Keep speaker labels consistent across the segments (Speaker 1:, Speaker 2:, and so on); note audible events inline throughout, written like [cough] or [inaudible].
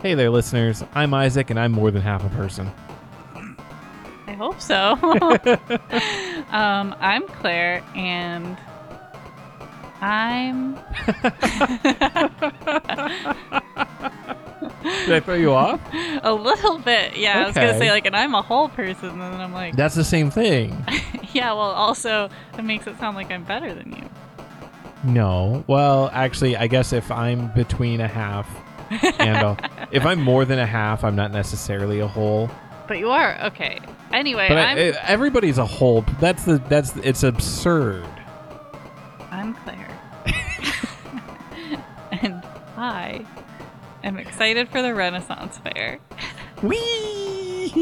Speaker 1: Hey there, listeners. I'm Isaac, and I'm more than half a person.
Speaker 2: I hope so. [laughs] um, I'm Claire, and I'm.
Speaker 1: Did I throw you off?
Speaker 2: a little bit, yeah. I was gonna
Speaker 1: Okay.
Speaker 2: say like, and I'm a whole person, and then I'm
Speaker 1: [laughs]
Speaker 2: like,
Speaker 1: That's the same thing.
Speaker 2: [laughs] yeah. Well, also, it makes it sound like I'm better than you.
Speaker 1: No. Well, actually, I guess if I'm between a half and a, if I'm more than a half, I'm not necessarily a whole.
Speaker 2: But you are okay. Anyway,
Speaker 1: But I,
Speaker 2: I'm
Speaker 1: eh, everybody's a whole. That's the that's it's absurd.
Speaker 2: I'm
Speaker 1: [laughs]
Speaker 2: Claire, and I am excited for the Renaissance Fair,
Speaker 1: Wee. [laughs]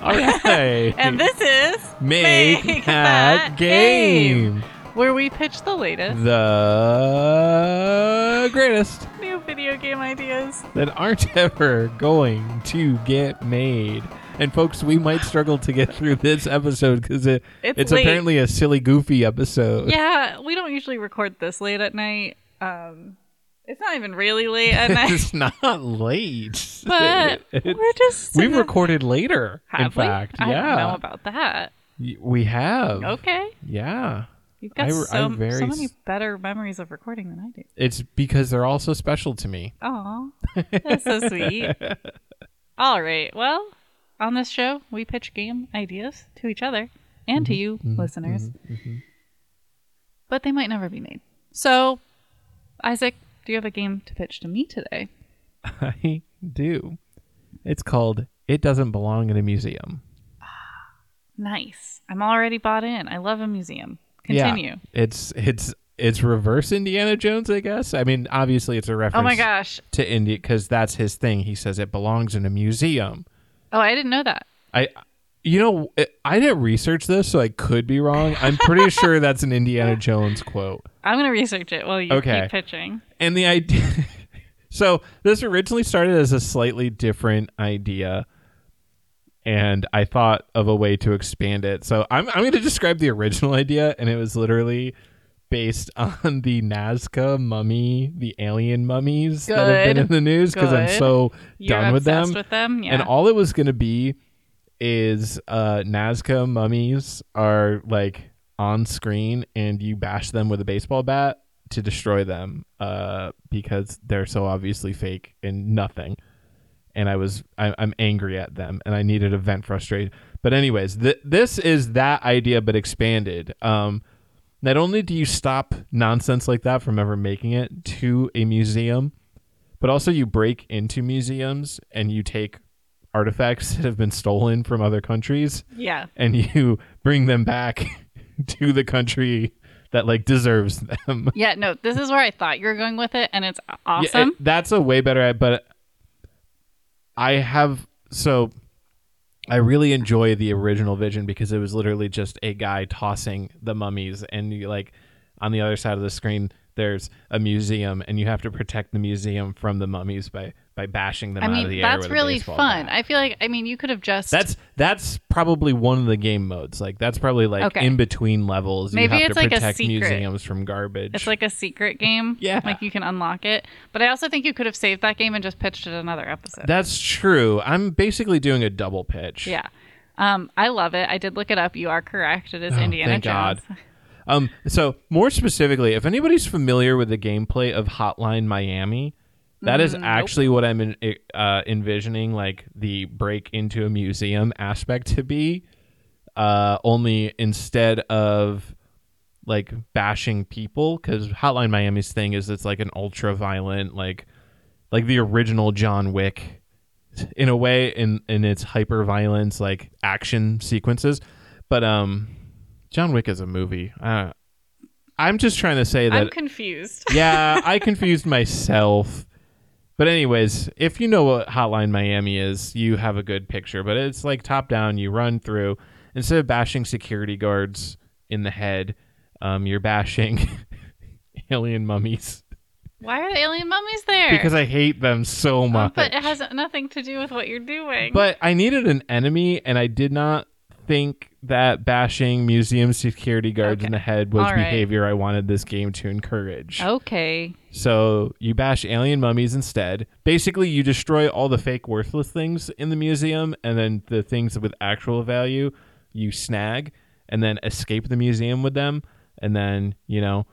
Speaker 1: All right.
Speaker 2: and this is
Speaker 1: make, that game.
Speaker 2: where we pitch the latest
Speaker 1: The greatest
Speaker 2: new video game ideas.
Speaker 1: that aren't [laughs] ever going to get made. And folks, we might struggle to get through this episode because it,
Speaker 2: It's
Speaker 1: it's,
Speaker 2: late.
Speaker 1: apparently a silly, goofy episode.
Speaker 2: Yeah, we don't usually record this late at night. Um, it's not even really late
Speaker 1: [laughs]
Speaker 2: at night,
Speaker 1: it's not late.
Speaker 2: [laughs] but
Speaker 1: [laughs] It-
Speaker 2: we're just
Speaker 1: we've
Speaker 2: sitting-
Speaker 1: recorded later.
Speaker 2: Have
Speaker 1: in
Speaker 2: we?
Speaker 1: fact,
Speaker 2: I
Speaker 1: yeah,
Speaker 2: don't know about that.
Speaker 1: Y- we have.
Speaker 2: Okay,
Speaker 1: Yeah,
Speaker 2: you've got
Speaker 1: I-
Speaker 2: so,
Speaker 1: I'm very
Speaker 2: so many
Speaker 1: s-
Speaker 2: better memories of recording than I do.
Speaker 1: it's because they're all so special to me. [laughs]
Speaker 2: Aw, that's so sweet. All right, well, on this show, we pitch game ideas to each other and
Speaker 1: Mm-hmm.
Speaker 2: to you, listeners. but they might never be made. So, Isaac, do you have a game to pitch to me today?
Speaker 1: I do. It's called "It Doesn't Belong in a Museum."
Speaker 2: Nice. I'm already bought in. I love a museum.
Speaker 1: Yeah.
Speaker 2: Continue.
Speaker 1: It's it's it's reverse Indiana Jones, I guess. I mean, obviously, it's a reference.
Speaker 2: Oh my gosh.
Speaker 1: To India, because that's his thing. He says it belongs in a museum.
Speaker 2: Oh, I didn't know that.
Speaker 1: I, you know, I- I didn't research this, so I could be wrong. I'm
Speaker 2: [laughs]
Speaker 1: pretty sure that's an Indiana Jones quote.
Speaker 2: I'm gonna research it while you
Speaker 1: Okay.
Speaker 2: keep pitching.
Speaker 1: And the idea. [laughs] so this originally started as a slightly different idea, and I thought of a way to expand it. So I'm I'm going to describe the original idea, and it was literally based on the Nazca mummy, the alien mummies that have been
Speaker 2: Good.
Speaker 1: in the news because I'm
Speaker 2: Good.
Speaker 1: so
Speaker 2: You're
Speaker 1: done with
Speaker 2: obsessed
Speaker 1: them.
Speaker 2: with them. Mm, Yeah.
Speaker 1: And all it was going to be is uh, Nazca mummies are like on screen and you bash them with a baseball bat to destroy them uh, because they're so obviously fake and nothing. And I was, I, I'm angry at them and I needed a vent frustrated. But, anyways, th- this is that idea but expanded. Um, not only do you stop nonsense like that from ever making it to a museum, but also you break into museums and you take artifacts [laughs] that have been stolen from other countries
Speaker 2: yeah.
Speaker 1: and you [laughs] bring them back [laughs] to the country that like deserves them.
Speaker 2: Yeah. No, this is where I thought you were going with it, and it's
Speaker 1: Yeah,
Speaker 2: awesome.
Speaker 1: it- that's a way better but I have so I really enjoy the original vision because it was literally just a guy tossing the mummies and you like on the other side of the screen there's a museum and you have to protect the museum from the mummies by by bashing them
Speaker 2: I
Speaker 1: out of
Speaker 2: mean,
Speaker 1: the air
Speaker 2: that's
Speaker 1: with a
Speaker 2: really
Speaker 1: baseball
Speaker 2: fun.
Speaker 1: bat.
Speaker 2: I feel like I mean, you could have just
Speaker 1: That's that's probably one of the game modes. Like that's probably like
Speaker 2: Okay.
Speaker 1: in between levels.
Speaker 2: Maybe
Speaker 1: you have
Speaker 2: it's
Speaker 1: to
Speaker 2: like a
Speaker 1: protect
Speaker 2: secret.
Speaker 1: museums from garbage.
Speaker 2: It's like a secret game.
Speaker 1: [laughs] Yeah.
Speaker 2: Like you can unlock it. But I also think you could have saved that game and just pitched it another episode.
Speaker 1: that's true. I'm basically doing a double pitch.
Speaker 2: yeah. Um, I love it. I did look it up. You are correct. It is Indiana
Speaker 1: Oh, thank God.
Speaker 2: Jones.
Speaker 1: Um. So more specifically, if anybody's familiar with the gameplay of Hotline Miami, that is actually what I'm in, uh, envisioning. Like the break into a museum aspect to be. Uh, only instead of like bashing people because hotline miami's thing is it's like an ultra violent like like the original john wick in a way in in its hyper violence like action sequences but um john wick is a movie uh, i'm just trying to say that
Speaker 2: I'm confused.
Speaker 1: yeah i confused myself but anyways if you know what hotline miami is you have a good picture but it's like top down you run through instead of bashing security guards in the head um, you're bashing [laughs] alien mummies
Speaker 2: Why are the alien mummies there?
Speaker 1: because i hate them so
Speaker 2: Oh,
Speaker 1: much
Speaker 2: but it has nothing to do with what you're doing.
Speaker 1: But I needed an enemy, and I did not think that bashing museum security guards
Speaker 2: Okay.
Speaker 1: in the head was
Speaker 2: All right.
Speaker 1: behavior I wanted this game to encourage.
Speaker 2: Okay.
Speaker 1: So you bash alien mummies instead. Basically, you destroy all the fake worthless things in the museum, and then the things with actual value you snag, and then escape the museum with them. And then you know,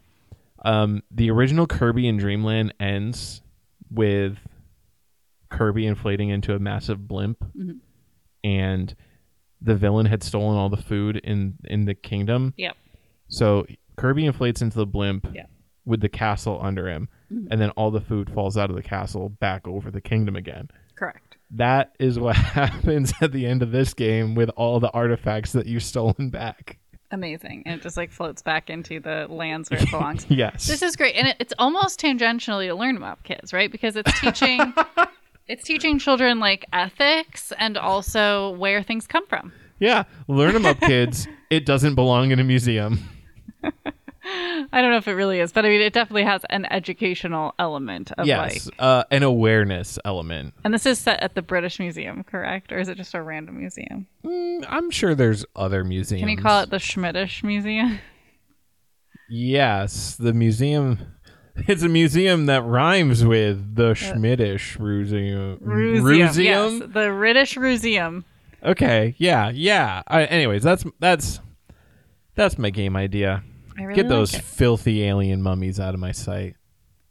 Speaker 1: um, the original Kirby in Dreamland ends with Kirby inflating into a massive blimp,
Speaker 2: Mhm.
Speaker 1: and the villain had stolen all the food in in the kingdom.
Speaker 2: Yep.
Speaker 1: So Kirby inflates into the blimp
Speaker 2: Yeah.
Speaker 1: with the castle under him,
Speaker 2: Mhm.
Speaker 1: and then all the food falls out of the castle back over the kingdom again.
Speaker 2: Correct.
Speaker 1: That is what [laughs] happens at the end of this game with all the artifacts that you've stolen back.
Speaker 2: Amazing. And it just like floats back into the
Speaker 1: [laughs]
Speaker 2: lands where it belongs.
Speaker 1: Yes.
Speaker 2: This is great, and it, it's almost tangentially to learn about kids, right? Because it's [laughs] teaching, it's teaching children like ethics and also where things come from.
Speaker 1: yeah. Learn them up,
Speaker 2: [laughs]
Speaker 1: kids. It doesn't belong in a museum.
Speaker 2: I don't know if it really is, but I mean, it definitely has an educational element of
Speaker 1: yes.
Speaker 2: like.
Speaker 1: Uh, an awareness element.
Speaker 2: And this is set at the British Museum, correct? Or is it just a random museum?
Speaker 1: Mm, I'm sure there's other museums.
Speaker 2: Can you call it the Schmidtish Museum?
Speaker 1: Yes. The museum. [laughs] It's a museum that rhymes with the Schmidtish [laughs] Museum.
Speaker 2: Uh, Yes, the British Museum.
Speaker 1: Okay. Yeah. Yeah. Uh, anyways, that's that's that's my game idea.
Speaker 2: I really
Speaker 1: Get those
Speaker 2: Like it.
Speaker 1: filthy alien mummies out of my sight.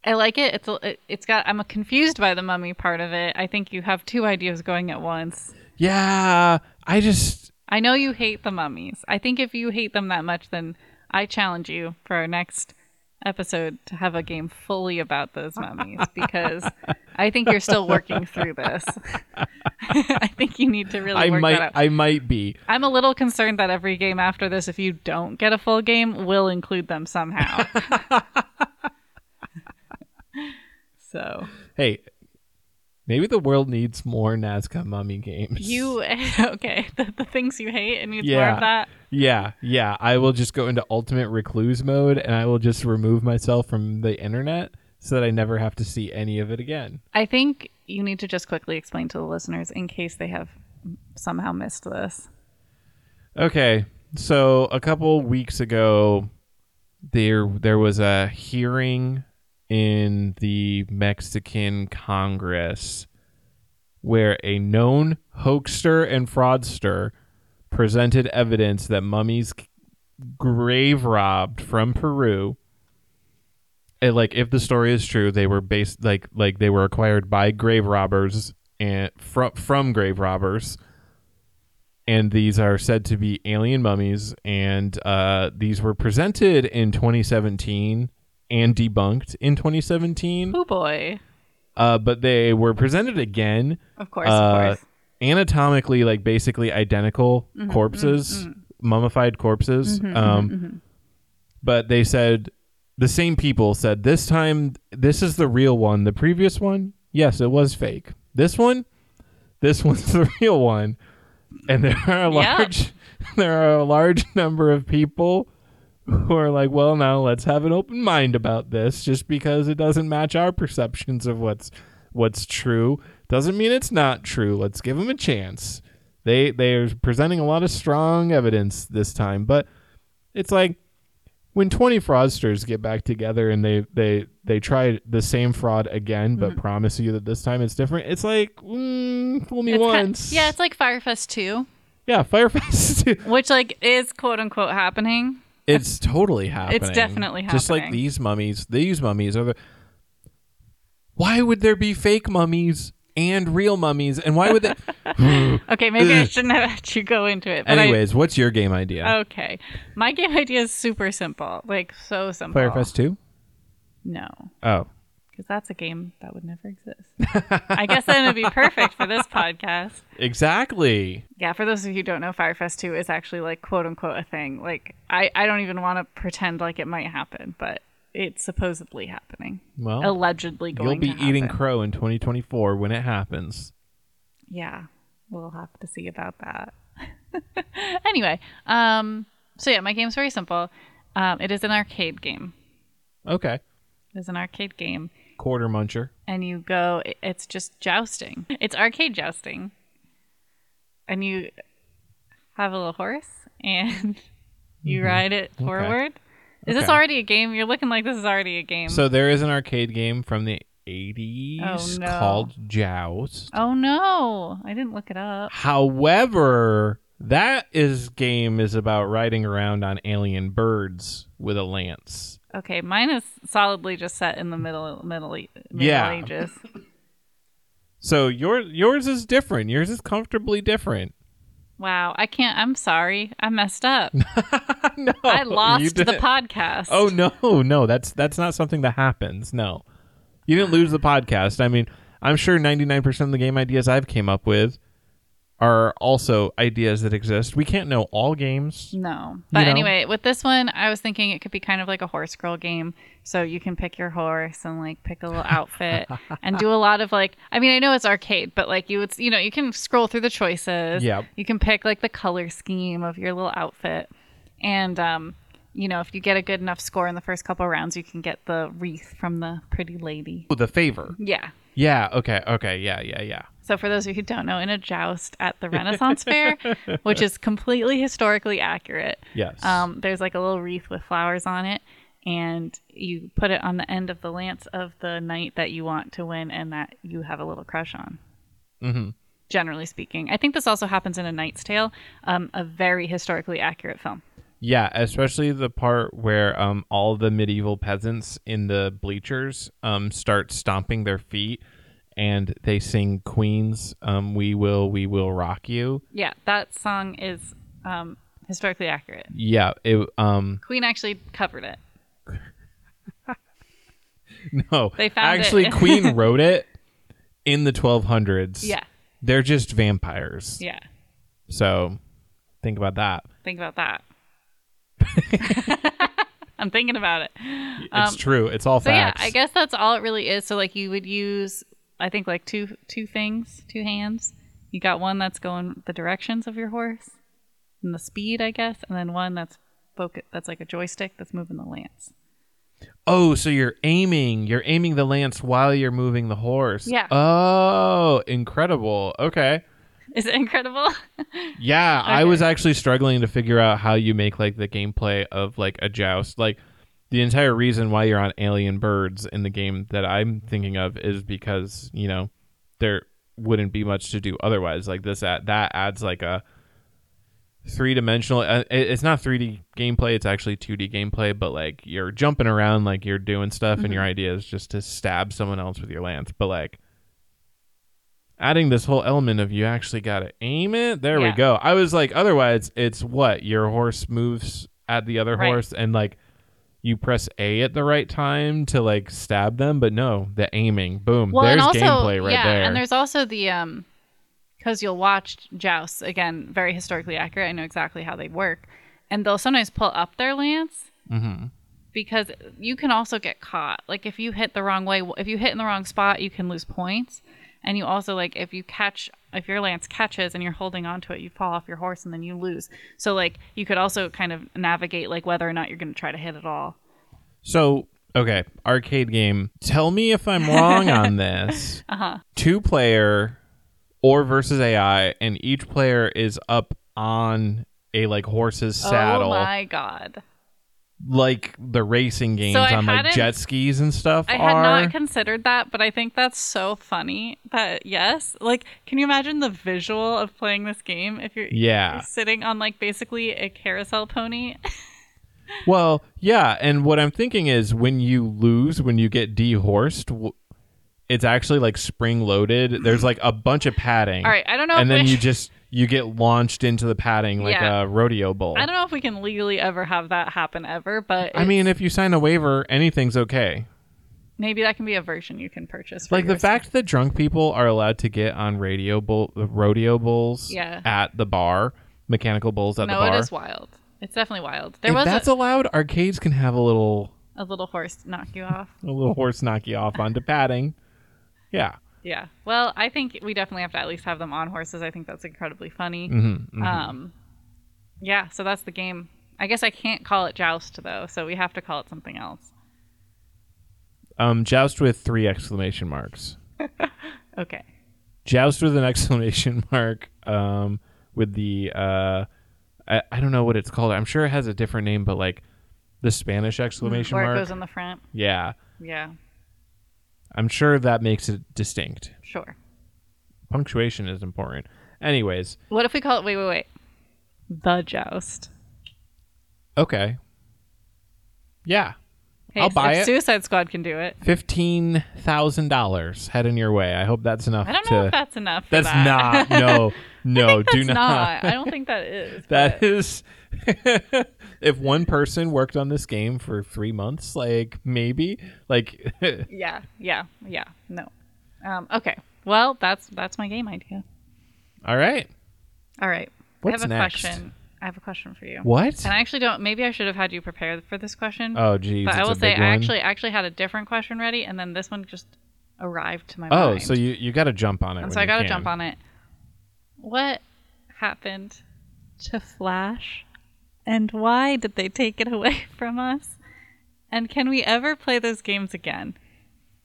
Speaker 2: I like it. It's a, it, it's got. I'm confused by the mummy part of it. I think you have two ideas going at once.
Speaker 1: Yeah. I just
Speaker 2: I know you hate the mummies. I think if you hate them that much, then I challenge you for our next episode to have a game fully about
Speaker 1: [laughs]
Speaker 2: those mummies because I think you're still working through this. [laughs] I think you need to really
Speaker 1: I
Speaker 2: work
Speaker 1: might
Speaker 2: that out.
Speaker 1: I might be.
Speaker 2: I, am a little concerned that every game after this, if you don't get a full game, will include
Speaker 1: [laughs]
Speaker 2: them somehow. so
Speaker 1: Hey, maybe the world needs more Nazca mummy games.
Speaker 2: you [laughs] okay? The, the things you hate and needs more
Speaker 1: Yeah.
Speaker 2: of that.
Speaker 1: Yeah, yeah. I will just go into ultimate recluse mode and I will just remove myself from the internet so that I never have to see any of it again.
Speaker 2: I think you need to just quickly explain to the listeners in case they have somehow missed this.
Speaker 1: Okay, so a couple weeks ago, there there was a hearing in the Mexican Congress where a known hoaxer and fraudster presented evidence that mummies c- grave robbed from Peru. And like, if the story is true, they were based like like they were acquired by grave robbers and from from grave robbers and these are said to be alien mummies and uh, these were presented in 2017 and debunked in 2017
Speaker 2: Oh boy.
Speaker 1: uh, but they were presented again
Speaker 2: Of course,
Speaker 1: uh,
Speaker 2: of course.
Speaker 1: anatomically like basically identical corpses mummified corpses um, but they said the same people said this time this is the real one the previous one yes it was fake this one this [laughs] one's the real one and there are a
Speaker 2: Yeah.
Speaker 1: large [laughs] there are a large number of people who are like well now let's have an open mind about this just because it doesn't match our perceptions of what's what's true doesn't mean it's not true let's give them a chance they they're presenting a lot of strong evidence this time but it's like when 20 fraudsters get back together and they they they try the same fraud again
Speaker 2: Mm-hmm.
Speaker 1: but promise you that this time it's different it's like mm, fool me
Speaker 2: It's kind-
Speaker 1: once
Speaker 2: yeah, it's like Firefest 2,
Speaker 1: yeah [laughs] firefest too.
Speaker 2: which like is quote unquote happening.
Speaker 1: it's totally happening
Speaker 2: definitely
Speaker 1: just like
Speaker 2: happening.
Speaker 1: these mummies these mummies are the why would there be fake mummies and real mummies and why would
Speaker 2: [laughs]
Speaker 1: they
Speaker 2: Okay, maybe I
Speaker 1: Ugh.
Speaker 2: shouldn't have let you go into it. But I-
Speaker 1: anyways what's your game idea
Speaker 2: okay. My game idea is super simple. Like so simple.
Speaker 1: firefest 2
Speaker 2: No.
Speaker 1: oh
Speaker 2: Because that's a game that would never exist. I guess then it'd be perfect
Speaker 1: [laughs]
Speaker 2: for this podcast.
Speaker 1: exactly
Speaker 2: Yeah, for those of you who don't know, Firefest 2 is actually like quote unquote a thing. Like, I, I don't even want to pretend like it might happen, but it's supposedly happening.
Speaker 1: well
Speaker 2: Allegedly
Speaker 1: You'll
Speaker 2: going
Speaker 1: be
Speaker 2: to
Speaker 1: eating
Speaker 2: happen.
Speaker 1: crow in 2024 when it happens.
Speaker 2: yeah, we'll have to see about that. [laughs] anyway, um, so yeah, my game's very simple. Um, it is an arcade game.
Speaker 1: Okay.
Speaker 2: It is an arcade game,
Speaker 1: Quarter muncher.
Speaker 2: and you go, it- it's just jousting. It's arcade jousting. And you have a little horse, [laughs] and you ride it forward. Is this
Speaker 1: Mm-hmm. Okay.
Speaker 2: already a game? You're looking like this is already a game.
Speaker 1: So there is an arcade game from the 80s
Speaker 2: Oh, no.
Speaker 1: called Joust.
Speaker 2: oh no, I didn't look it up.
Speaker 1: However, that is game is about riding around on alien birds with a lance.
Speaker 2: Okay, mine is solidly just set in the middle middle, E- middle
Speaker 1: Yeah.
Speaker 2: ages.
Speaker 1: So your yours is different. Yours is comfortably different. [laughs]
Speaker 2: Wow, I can't. I'm sorry, I messed
Speaker 1: [laughs]
Speaker 2: up.
Speaker 1: no,
Speaker 2: I
Speaker 1: you
Speaker 2: lost the
Speaker 1: didn't.
Speaker 2: podcast.
Speaker 1: Oh no, no, that's that's not something that happens. No, you didn't lose the podcast. I mean, I'm sure 99% of the game ideas I've came up with are also ideas that exist. We can't know all games.
Speaker 2: No. But
Speaker 1: know?
Speaker 2: anyway, with this one, I was thinking it could be kind of like a horse girl game. So you can pick your horse and like pick a little
Speaker 1: [laughs]
Speaker 2: outfit and do a lot of like, I mean, I know it's arcade, but like you would, you know, you can scroll through the choices.
Speaker 1: Yep.
Speaker 2: You can pick like the color scheme of your little outfit. And, um, you know, if you get a good enough score in the first couple rounds, you can get the wreath from the pretty lady.
Speaker 1: Oh, the favor.
Speaker 2: Yeah.
Speaker 1: Yeah. Okay. Okay. Yeah. Yeah. Yeah.
Speaker 2: So, for those of you who don't know, in a joust at the Renaissance
Speaker 1: [laughs]
Speaker 2: Fair, which is completely historically accurate,
Speaker 1: Yes.
Speaker 2: um, there's like a little wreath with flowers on it, and you put it on the end of the lance of the knight that you want to win and that you have a little crush on.
Speaker 1: Mhm.
Speaker 2: Generally speaking, I think this also happens in A Knight's Tale, um, a very historically accurate film.
Speaker 1: Yeah, especially the part where um, all the medieval peasants in the bleachers um, start stomping their feet and they sing Queen's um, We Will, We Will Rock You.
Speaker 2: Yeah, that song is um, historically accurate.
Speaker 1: Yeah, it, um,
Speaker 2: Queen actually covered it.
Speaker 1: [laughs] no.
Speaker 2: They
Speaker 1: Oh,
Speaker 2: found it.
Speaker 1: Actually,
Speaker 2: [laughs]
Speaker 1: Queen wrote it in the 1200s.
Speaker 2: Yeah,
Speaker 1: They're just vampires.
Speaker 2: yeah.
Speaker 1: So think about that.
Speaker 2: Think about that. [laughs] I'm thinking about it.
Speaker 1: It's true. It's all
Speaker 2: Um, So
Speaker 1: facts.
Speaker 2: yeah, I guess that's all it really is. So like you would use I think like two two things, two hands. You got one that's going the directions of your horse and the speed, I guess, and then one that's focus that's like a joystick that's moving the lance. [laughs]
Speaker 1: Oh, so you're aiming. You're aiming the lance while you're moving the horse.
Speaker 2: Yeah.
Speaker 1: Oh, incredible. Okay.
Speaker 2: Is it incredible?
Speaker 1: Yeah, I
Speaker 2: Okay.
Speaker 1: was actually struggling to figure out how you make like the gameplay of like a joust. Like the entire reason why you're on alien birds in the game that I'm thinking of is because, you know, there wouldn't be much to do otherwise. Like this ad- that adds like a three-dimensional uh, it- it's not 3D gameplay, it's actually 2D gameplay, but like you're jumping around like you're doing stuff and your idea is just to stab someone else with your lance, but like adding this whole element of you actually got to aim it. There we
Speaker 2: Yeah.
Speaker 1: go. I was like, otherwise, it's what your horse moves at the other
Speaker 2: Right.
Speaker 1: horse, and like you press A at the right time to like stab them. But no, the aiming, boom, there's gameplay right
Speaker 2: yeah,
Speaker 1: there.
Speaker 2: and there's also the um because you'll watch jousts again, very historically accurate. I know exactly how they work, and they'll sometimes pull up their lance
Speaker 1: Mhm.
Speaker 2: because you can also get caught. Like if you hit the wrong way, if you hit in the wrong spot, you can lose points. And you also like if you catch if your lance catches and you're holding onto it, you fall off your horse and then you lose. So like you could also kind of navigate like whether or not you're going to try to hit at all.
Speaker 1: So okay, arcade game. Tell me if I'm wrong
Speaker 2: [laughs]
Speaker 1: on this.
Speaker 2: Uh-huh.
Speaker 1: Two player or versus AI, and each player is up on a like horse's saddle.
Speaker 2: Oh my god.
Speaker 1: like the racing games
Speaker 2: I
Speaker 1: on like
Speaker 2: hadn't-
Speaker 1: jet skis and stuff
Speaker 2: I
Speaker 1: are.
Speaker 2: had not considered that, but I think that's so funny that yes, like can you imagine the visual of playing this game if you're
Speaker 1: yeah.
Speaker 2: sitting on like basically a carousel pony?
Speaker 1: Well, yeah, and what I'm thinking is when you lose, when you get dehorsed, w- it's actually like spring loaded. There's like a bunch of padding.
Speaker 2: All right, I don't know
Speaker 1: And
Speaker 2: if
Speaker 1: then
Speaker 2: we- [laughs]
Speaker 1: you just you get launched into the padding like
Speaker 2: Yeah.
Speaker 1: a rodeo bull.
Speaker 2: I don't know if we can legally ever have that happen ever, but
Speaker 1: I
Speaker 2: it-
Speaker 1: mean, if you sign a waiver, anything's okay.
Speaker 2: maybe that can be a version you can purchase. For
Speaker 1: Like the
Speaker 2: yours.
Speaker 1: fact that drunk people are allowed to get on radio bull, rodeo bulls
Speaker 2: Yeah.
Speaker 1: at the bar, mechanical bulls at
Speaker 2: no,
Speaker 1: the bar.
Speaker 2: it is wild. It's definitely wild. There
Speaker 1: if
Speaker 2: was
Speaker 1: that's
Speaker 2: a,
Speaker 1: allowed, arcades can have a little
Speaker 2: a little horse knock you off.
Speaker 1: a little horse knock you
Speaker 2: [laughs]
Speaker 1: off onto padding. Yeah.
Speaker 2: Yeah. Well, I think we definitely have to at least have them on horses. I think that's incredibly funny.
Speaker 1: Mm-hmm.
Speaker 2: Um, yeah, so that's the game. I guess I can't call it joust though, so we have to call it something else.
Speaker 1: Um, joust with three exclamation marks.
Speaker 2: Okay.
Speaker 1: [laughs] Joust with an exclamation mark. Um, with the uh, I, I don't know what it's called. I'm sure it has a different name, but like the Spanish exclamation
Speaker 2: or it
Speaker 1: mark.
Speaker 2: goes in the front.
Speaker 1: yeah.
Speaker 2: Yeah,
Speaker 1: I'm sure that makes it distinct.
Speaker 2: sure.
Speaker 1: Punctuation is important. Anyways,
Speaker 2: What if we call it? Wait, wait, wait. The joust.
Speaker 1: okay. Yeah.
Speaker 2: Hey,
Speaker 1: I'll buy
Speaker 2: if
Speaker 1: it.
Speaker 2: Suicide Squad can do it.
Speaker 1: Fifteen thousand dollars heading your way. I hope that's enough
Speaker 2: I don't
Speaker 1: to
Speaker 2: know if that's enough. For
Speaker 1: That's
Speaker 2: that.
Speaker 1: not
Speaker 2: [laughs]
Speaker 1: no no
Speaker 2: that's
Speaker 1: do not,
Speaker 2: I don't think that is.
Speaker 1: That
Speaker 2: but-
Speaker 1: is [laughs] if one person worked on this game for three months, like maybe like [laughs]
Speaker 2: Yeah, yeah, yeah. No. Um, okay. Well, that's that's my game idea.
Speaker 1: all right.
Speaker 2: All right. I
Speaker 1: What's
Speaker 2: have a
Speaker 1: next?
Speaker 2: question. I have a question for you.
Speaker 1: What?
Speaker 2: And I actually don't. Maybe I should have had you prepare for this question.
Speaker 1: oh geez.
Speaker 2: but
Speaker 1: it's
Speaker 2: I will
Speaker 1: a
Speaker 2: say
Speaker 1: big
Speaker 2: I
Speaker 1: one.
Speaker 2: actually actually had a different question ready, and then this one just arrived to my
Speaker 1: Oh,
Speaker 2: mind.
Speaker 1: so you, you gotta jump on it.
Speaker 2: and
Speaker 1: when
Speaker 2: so I
Speaker 1: you
Speaker 2: got to
Speaker 1: can.
Speaker 2: jump on it. What happened to Flash, and why did they take it [laughs] away from us? And can we ever play those games again?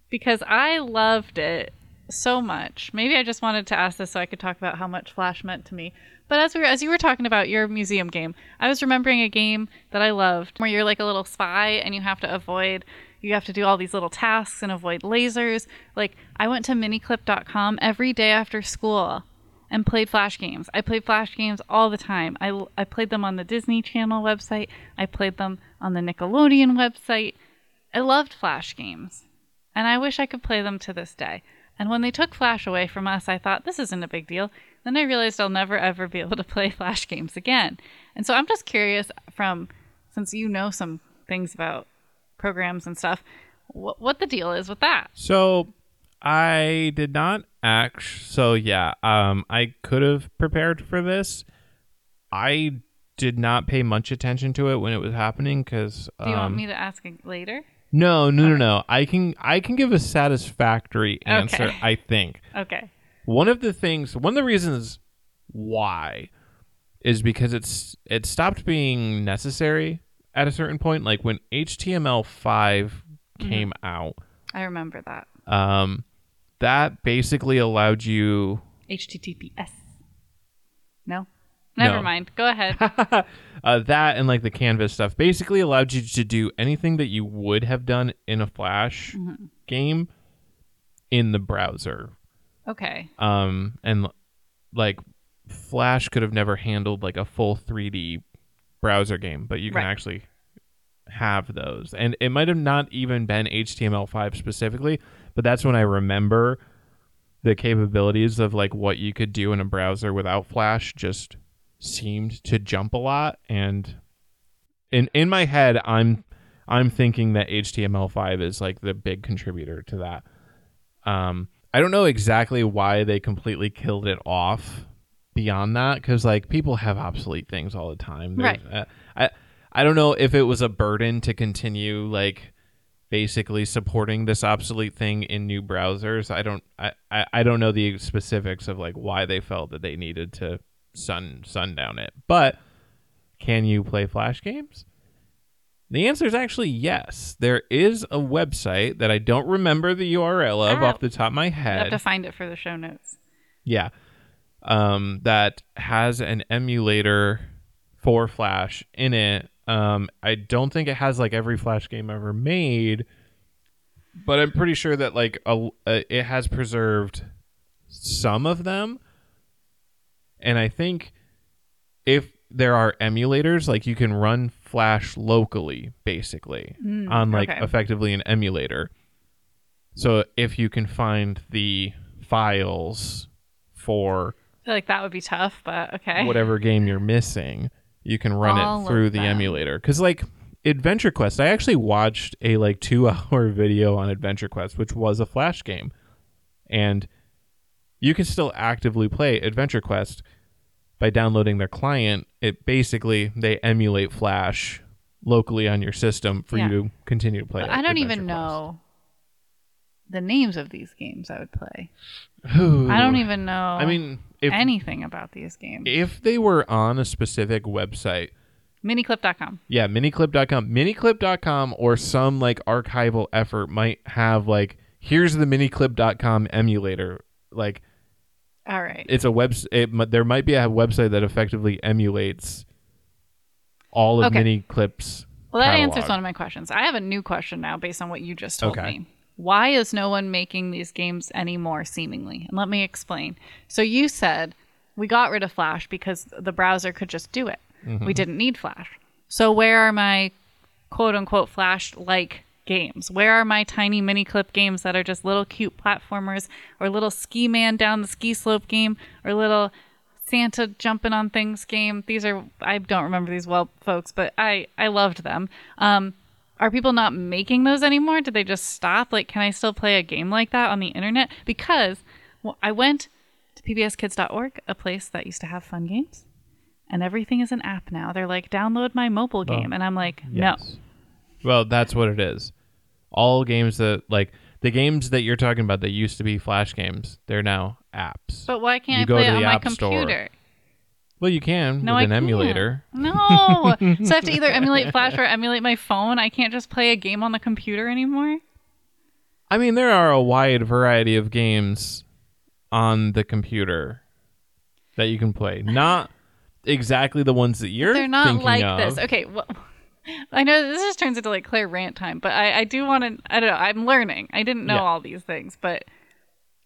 Speaker 2: Because I loved it so much. Maybe I just wanted to ask this so I could talk about how much Flash meant to me. But as we were, as you were talking about your museum game, I was remembering a game that I loved where you're like a little spy and you have to avoid you have to do all these little tasks and avoid lasers. Like I went to miniclip.com every day after school and played Flash games. I played Flash games all the time. I, I played them on the Disney Channel website. I played them on the Nickelodeon website. I loved Flash games and I wish I could play them to this day. And when they took Flash away from us, I thought, this isn't a big deal. Then I realized I'll never ever be able to play [laughs] Flash games again. And so I'm just curious from, since you know some things about programs and stuff, what, what the deal is with that.
Speaker 1: So I did not act. So yeah, um, I could have prepared for this. I did not pay much attention to it when it was happening because
Speaker 2: Do you want
Speaker 1: um,
Speaker 2: me to ask it later?
Speaker 1: no, no, no, no. I can I can give a satisfactory
Speaker 2: Okay.
Speaker 1: answer. I think
Speaker 2: Okay.
Speaker 1: one of the things, one of the reasons why, is because it's it stopped being necessary at a certain point. Like when HTML5 came out,
Speaker 2: I remember that.
Speaker 1: um, that basically allowed you [laughs]
Speaker 2: HTTPS. No? Never
Speaker 1: No.
Speaker 2: mind. Go
Speaker 1: [laughs]
Speaker 2: ahead.
Speaker 1: uh, that and like the canvas stuff basically allowed you to do anything that you would have done in a flash
Speaker 2: Mm-hmm.
Speaker 1: game in the browser
Speaker 2: okay.
Speaker 1: um and like flash could have never handled like a full 3d browser game but you can
Speaker 2: Right.
Speaker 1: actually have those and it might have not even been html5 specifically but that's when i remember the capabilities of like what you could do in a browser without flash just seemed to jump a lot and in in my head i'm i'm thinking that html5 is like the big contributor to that um, I don't know exactly why they completely killed it off beyond that because like people have obsolete things all the time. There's- Uh, I I don't know if it was a burden to continue like basically supporting this obsolete thing in new browsers. I don't I, I, I don't know the specifics of like why they felt that they needed to sun sundown it. But can you play flash games? The answer is actually yes. There is a website that I don't remember the URL of
Speaker 2: Ah.
Speaker 1: off the top of my
Speaker 2: I have
Speaker 1: head.
Speaker 2: to find it for the show notes.
Speaker 1: yeah. Um, that has an emulator for Flash in it. Um, I don't think it has like every Flash game ever made, but I'm pretty sure that like a, uh it has preserved some of them. And I think if there are emulators, like you can run Flash locally, basically,
Speaker 2: Mm,
Speaker 1: on like
Speaker 2: okay.
Speaker 1: effectively an emulator. So if you can find the files for
Speaker 2: I feel like that would be tough, but okay.
Speaker 1: whatever game you're missing, you can run
Speaker 2: All of
Speaker 1: it through the
Speaker 2: them.
Speaker 1: emulator. Because like Adventure Quest, I actually watched a like two [laughs] hour video on Adventure Quest, which was a flash game, and you can still actively play Adventure Quest by downloading their client. It basically they emulate Flash locally on your system for
Speaker 2: Yeah.
Speaker 1: you to continue to play.
Speaker 2: But I don't
Speaker 1: Adventure
Speaker 2: even
Speaker 1: Quest.
Speaker 2: know the names of these games I would play.
Speaker 1: Ooh.
Speaker 2: I don't even know
Speaker 1: I mean, if
Speaker 2: anything about these games.
Speaker 1: if they were on a specific website.
Speaker 2: Miniclip.com.
Speaker 1: Yeah, miniclip.com. Miniclip.com or some like archival effort might have like here's the miniclip.com emulator. Like
Speaker 2: All right.
Speaker 1: it's a web it, mi- there might be a website that effectively emulates all of
Speaker 2: Okay.
Speaker 1: mini clips.
Speaker 2: Well, that
Speaker 1: catalog.
Speaker 2: answers one of my questions. I have a new question now based on what you just told
Speaker 1: Okay.
Speaker 2: me. Why is no one making these games anymore, seemingly? And let me explain. So, you said we got rid of Flash because the browser could just do it,
Speaker 1: Mm-hmm.
Speaker 2: we didn't need Flash. So, where are my quote unquote Flash like games? Where are my tiny mini clip games that are just little cute platformers or little ski man down the ski slope game or little Santa jumping on things game. These are I don't remember these well, folks, but I I loved them. Um, are people not making those anymore? Did they just stop? Like, can I still play a game like that on the internet? Because well, I went to pbskids.org, a place that used to have fun games, and everything is an app now. They're like, download my mobile game, and I'm like, no.
Speaker 1: Yes. Well, that's what it is. All games that like the games that you're talking about that used to be flash games, they're now apps.
Speaker 2: But why can't
Speaker 1: You
Speaker 2: I
Speaker 1: go
Speaker 2: play
Speaker 1: to
Speaker 2: it
Speaker 1: the
Speaker 2: on my
Speaker 1: App Store.
Speaker 2: computer?
Speaker 1: well, you can
Speaker 2: No,
Speaker 1: with
Speaker 2: I
Speaker 1: an
Speaker 2: can't.
Speaker 1: emulator.
Speaker 2: No. so I have
Speaker 1: [laughs]
Speaker 2: to either emulate Flash or emulate my phone. I can't just play a game on the computer anymore.
Speaker 1: I mean, there are a wide variety of games on the computer that you can play. Not exactly the ones that you're
Speaker 2: They're not
Speaker 1: thinking
Speaker 2: like
Speaker 1: of.
Speaker 2: this. Okay, well, I know this just turns into like Claire rant time, but I, I do want to. I don't know. I'm learning. I didn't know
Speaker 1: Yeah.
Speaker 2: all these things, but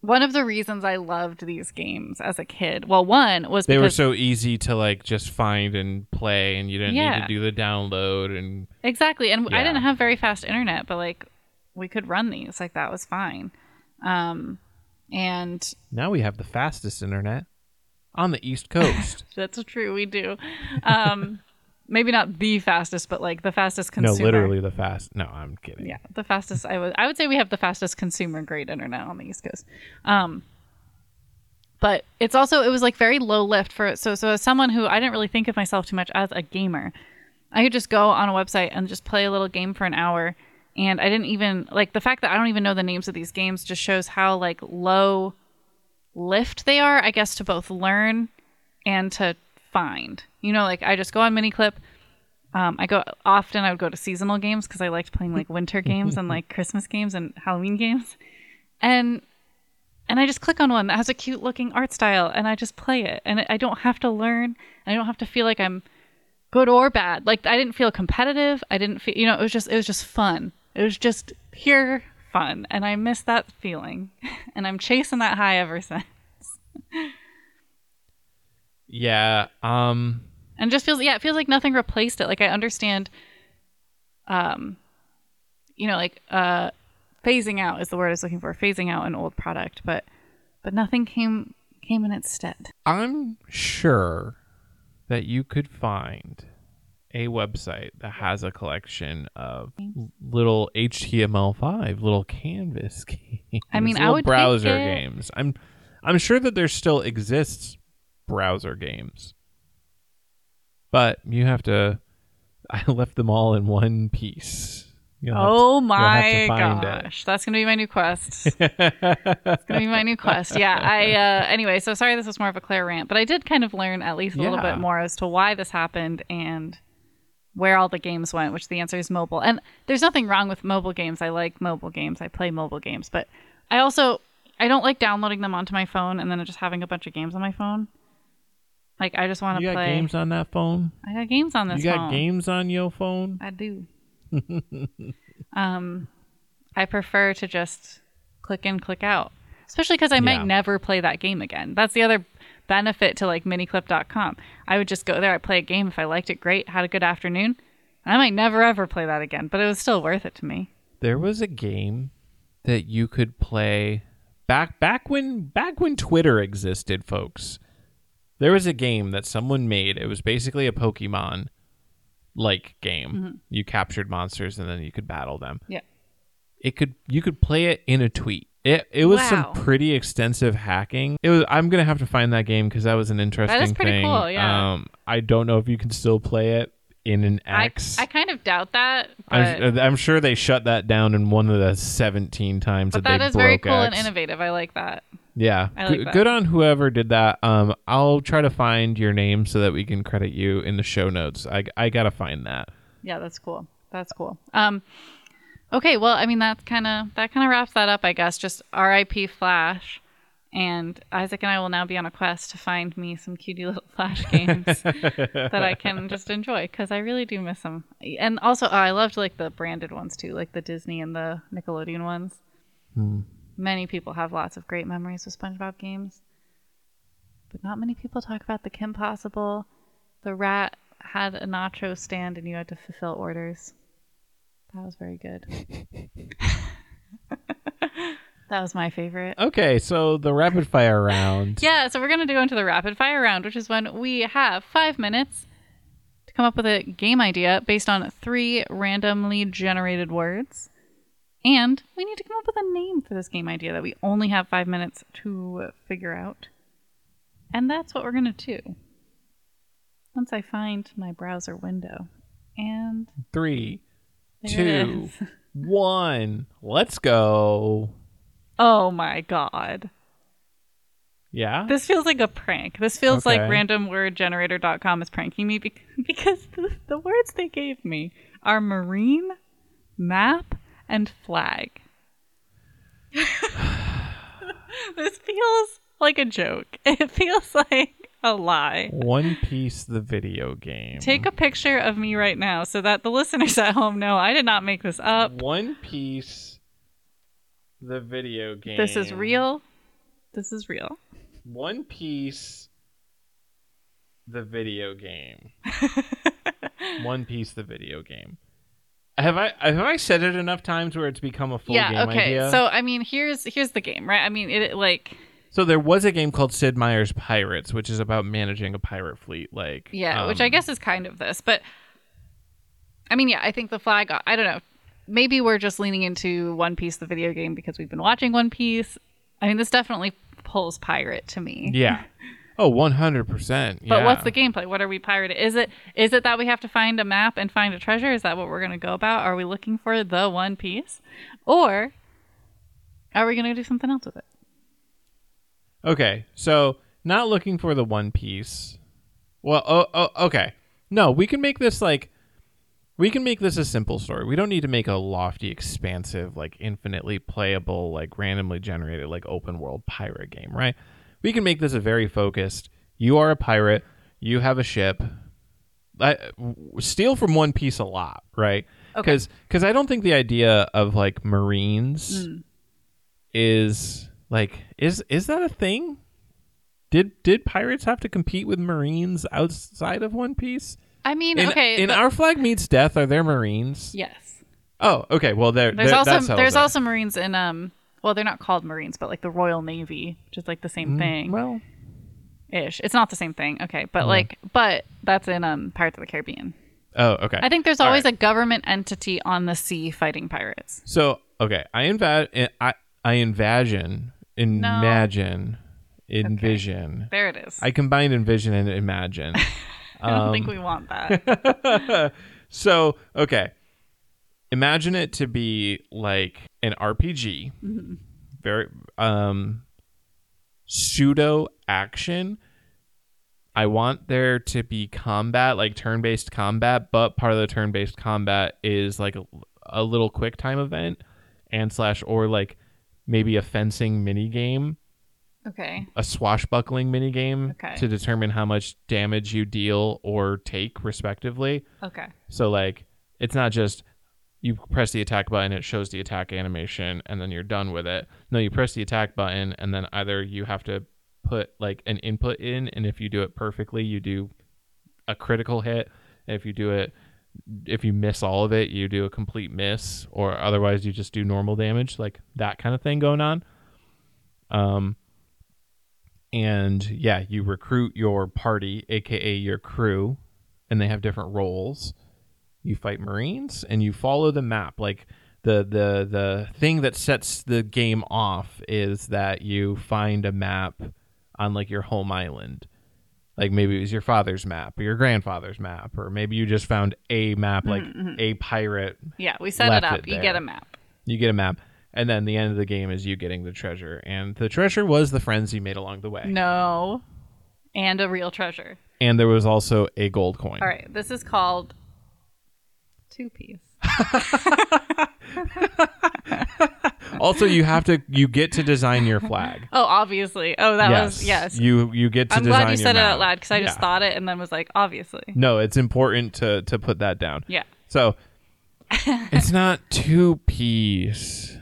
Speaker 2: one of the reasons I loved these games as a kid, well, one was
Speaker 1: They were
Speaker 2: because
Speaker 1: so easy to like just find and play, and you didn't need
Speaker 2: Yeah.
Speaker 1: to do the download. And
Speaker 2: exactly, and I
Speaker 1: Yeah.
Speaker 2: didn't have very fast internet, but like we could run these. Like that was fine. Um, and
Speaker 1: now we have the fastest internet on the
Speaker 2: [laughs]
Speaker 1: East Coast.
Speaker 2: that's true. We do. Um, maybe not the fastest, but like the fastest consumer.
Speaker 1: No, literally the fast. No, I'm kidding.
Speaker 2: Yeah, the fastest. I would I would say we have the fastest consumer grade internet on the East Coast. Um, but it's also it was like very low lift for so so as someone who I didn't really think of myself too much as a gamer, I could just go on a website and just play a little game for an hour, and I didn't even like the fact that I don't even know the names of these games just shows how like low lift they are. I guess to both learn and to find. You know, like I just go on MiniClip. Um, I go often. I would go to seasonal games because I liked playing like winter games and like Christmas games and Halloween games, and and I just click on one that has a cute looking art style and I just play it and I- I don't have to learn. I don't have to feel like I'm good or bad. Like I didn't feel competitive. I didn't feel you know it was just it was just fun. It was just pure fun, and I miss that feeling, [laughs] and I'm chasing that high ever since.
Speaker 1: Yeah. Um.
Speaker 2: and just feels yeah it feels like nothing replaced it like i understand um you know like uh phasing out is the word i was looking for phasing out an old product but but nothing came came in its stead
Speaker 1: I'm sure that you could find a website that has a collection of little HTML5, little canvas [laughs] games.
Speaker 2: I mean, I
Speaker 1: little
Speaker 2: would think
Speaker 1: browser
Speaker 2: it-
Speaker 1: games. I'm I'm sure that there still exists browser games. But you have to [laughs] I left them all in one piece. You'll have to-
Speaker 2: oh
Speaker 1: have to
Speaker 2: my
Speaker 1: find it.
Speaker 2: gosh that's gonna be my new quest it's
Speaker 1: [laughs]
Speaker 2: gonna be my new quest yeah i uh anyway so sorry this was more of a claire rant but i did kind of learn at least a little
Speaker 1: Yeah.
Speaker 2: bit more as to why this happened and where all the games went which the answer is mobile and there's nothing wrong with mobile games i like mobile games i play mobile games but i also i don't like downloading them onto my phone and then just having a bunch of games on my phone like i just want
Speaker 1: You
Speaker 2: to
Speaker 1: got
Speaker 2: play
Speaker 1: games on that phone?
Speaker 2: i got games on this
Speaker 1: You got
Speaker 2: phone.
Speaker 1: games on your phone?
Speaker 2: I
Speaker 1: [laughs]
Speaker 2: do. um, I prefer to just click in, click out, especially because I
Speaker 1: Yeah.
Speaker 2: might never play that game again. That's the other benefit to like miniclip.com. I would just go there, I play a game. If I liked it, great, had a good afternoon. I might never ever play that again, but it was still worth it to me.
Speaker 1: There was a game that you could play back back when back when Twitter existed, folks. There was a game that someone made. It was basically a Pokemon like game. You captured monsters and then you could battle them.
Speaker 2: Mm-hmm. Yeah.
Speaker 1: It could you could play it in a tweet. It it was
Speaker 2: Wow.
Speaker 1: some pretty extensive hacking. It was I'm gonna have to find that game because that was an interesting
Speaker 2: pretty
Speaker 1: thing.
Speaker 2: cool, yeah.
Speaker 1: Um, I don't know if you can still play it in an
Speaker 2: I,
Speaker 1: X. uh,
Speaker 2: I kind of doubt that, but,
Speaker 1: I'm, I'm sure they shut that down in one of the 17 times
Speaker 2: but
Speaker 1: that
Speaker 2: that
Speaker 1: they
Speaker 2: is
Speaker 1: broke
Speaker 2: very cool and
Speaker 1: X.
Speaker 2: innovative. I like that.
Speaker 1: Yeah,
Speaker 2: I like
Speaker 1: Good-
Speaker 2: that.
Speaker 1: good on whoever did that. Um, I'll try to find your name so that we can credit you in the show notes. I I gotta find that.
Speaker 2: Yeah, that's cool. That's cool. Um, okay, well, I mean that kind of that kind of wraps that up, I guess. Just R.I.P. Flash, And Isaac and I will now be on a quest to find me some cutie little [laughs] flash games that I can just enjoy because I really do miss them. And also, oh, I loved like the branded ones too, like the Disney and the Nickelodeon ones.
Speaker 1: Hmm.
Speaker 2: Many people have lots of great memories with SpongeBob games, but not many people talk about the Kim Possible. The rat had a nacho stand and you had to fulfill orders. That was very good. [laughs] that was my favorite.
Speaker 1: Okay, so the rapid fire round.
Speaker 2: Yeah, so we're going to go into the rapid fire round, which is when we have five minutes to come up with a game idea based on three randomly generated words. And we need to come up with a name for this game idea that we only have five minutes to figure out. And that's what we're going to do. Once I find my browser window. And
Speaker 1: Three,
Speaker 2: there it
Speaker 1: two,
Speaker 2: is. [laughs]
Speaker 1: one. Let's go.
Speaker 2: Oh my god.
Speaker 1: Yeah.
Speaker 2: This feels like a prank. This feels like
Speaker 1: Okay.
Speaker 2: randomwordgenerator.com is pranking me bec- [laughs] because the, the words they gave me are marine, map, and flag. [laughs] this feels like a joke. [laughs] It feels like a lie.
Speaker 1: One Piece, the video game.
Speaker 2: Take a picture of me right now so that the listeners at home know I did not make this up.
Speaker 1: One Piece, the video game.
Speaker 2: This is real. This is real.
Speaker 1: One Piece, the video
Speaker 2: [laughs]
Speaker 1: game. One Piece, the video game. Have I have I said it enough times where it's become a full game idea?
Speaker 2: So I mean, here's here's the game, right? I mean, it like
Speaker 1: So there was a game called Sid Meier's Pirates, which is about managing a pirate fleet. Like
Speaker 2: Yeah, which I
Speaker 1: um,
Speaker 2: guess is kind of this, but I mean, yeah, I think the flag. I don't know. Maybe we're just leaning into One Piece, the video game, because we've been watching One Piece. I mean, this definitely pulls pirate to me. [laughs]
Speaker 1: Yeah. Oh, one hundred percent.
Speaker 2: But what's the gameplay? What are we pirating? Is it is it that we have to find a map and find a treasure? Is that what we're going to go about? Are we looking for the One Piece, or are we going to do something else with it?
Speaker 1: Okay, so not looking for the One Piece. Well, oh, oh, okay. No, we can make this like we can make this a simple story. We don't need to make a lofty, expansive, like infinitely playable, like randomly generated, like open world pirate game, right? We can make this a very focused. You are a pirate. You have a ship. I, w- steal from One Piece a lot, right?
Speaker 2: Okay.
Speaker 1: Because I don't think the idea of like Marines is like is is that a thing? Did did pirates have to compete with Marines outside of One Piece?
Speaker 2: I mean,
Speaker 1: In,
Speaker 2: okay,
Speaker 1: in
Speaker 2: but-
Speaker 1: Our Flag Meets Death, are there Marines?
Speaker 2: yes.
Speaker 1: Oh, okay. Well, there.
Speaker 2: There's
Speaker 1: there- that
Speaker 2: also
Speaker 1: settles
Speaker 2: there's
Speaker 1: it.
Speaker 2: also Marines in um well they're not called Marines but like the Royal Navy which is like the same thing
Speaker 1: Well,
Speaker 2: ish. It's not the same thing, okay,
Speaker 1: Mm.
Speaker 2: but like but that's in um Pirates of the Caribbean.
Speaker 1: oh, okay.
Speaker 2: I think there's
Speaker 1: All
Speaker 2: always
Speaker 1: right.
Speaker 2: a government entity on the sea fighting pirates.
Speaker 1: so. Okay, I inva- I I envision, imagine, envision.
Speaker 2: There it is. I,
Speaker 1: I um, combined envision and
Speaker 2: [laughs]
Speaker 1: imagine. [laughs]
Speaker 2: don't think we want that.
Speaker 1: so okay imagine it to be like an rpg
Speaker 2: Mm-hmm.
Speaker 1: very um pseudo action i want there to be combat like turn-based combat but part of the turn-based combat is like a, a little quick time event and slash or like maybe a fencing mini game
Speaker 2: okay.
Speaker 1: a swashbuckling mini game
Speaker 2: Okay.
Speaker 1: to determine how much damage you deal or take respectively
Speaker 2: Okay.
Speaker 1: so like it's not just you press the attack button, it shows the attack animation, and then you're done with it. No, you press the attack button and then either you have to put like an input in and if you do it perfectly, you do a critical hit. And if you do it if you miss all of it, you do a complete miss, or otherwise you just do normal damage, like that kind of thing going on. Um and yeah, you recruit your party, aka your crew, and they have different roles. You fight Marines and you follow the map. Like the the the thing that sets the game off is that you find a map on like your home island. Like maybe it was your father's map or your grandfather's map, or maybe you just found a map, like
Speaker 2: Mm-hmm,
Speaker 1: a pirate.
Speaker 2: Yeah, we set
Speaker 1: Left
Speaker 2: it up.
Speaker 1: it
Speaker 2: you
Speaker 1: there.
Speaker 2: get a map.
Speaker 1: You get a map. And then the end of the game is you getting the treasure. And the treasure was the friends you made along the way.
Speaker 2: Mm-hmm. No. And a real treasure.
Speaker 1: And there was also a gold coin.
Speaker 2: All right, this is called Two Piece.
Speaker 1: also, you have to you get to design your flag.
Speaker 2: Oh, obviously. Oh, [laughs] that was yes.
Speaker 1: You you get to
Speaker 2: I'm
Speaker 1: design
Speaker 2: glad you
Speaker 1: your
Speaker 2: said it
Speaker 1: map.
Speaker 2: out loud because I just
Speaker 1: Yeah. Mm.
Speaker 2: thought it and then was like, obviously.
Speaker 1: No, it's important to to put that down.
Speaker 2: Yeah. [laughs]
Speaker 1: So it's not two piece.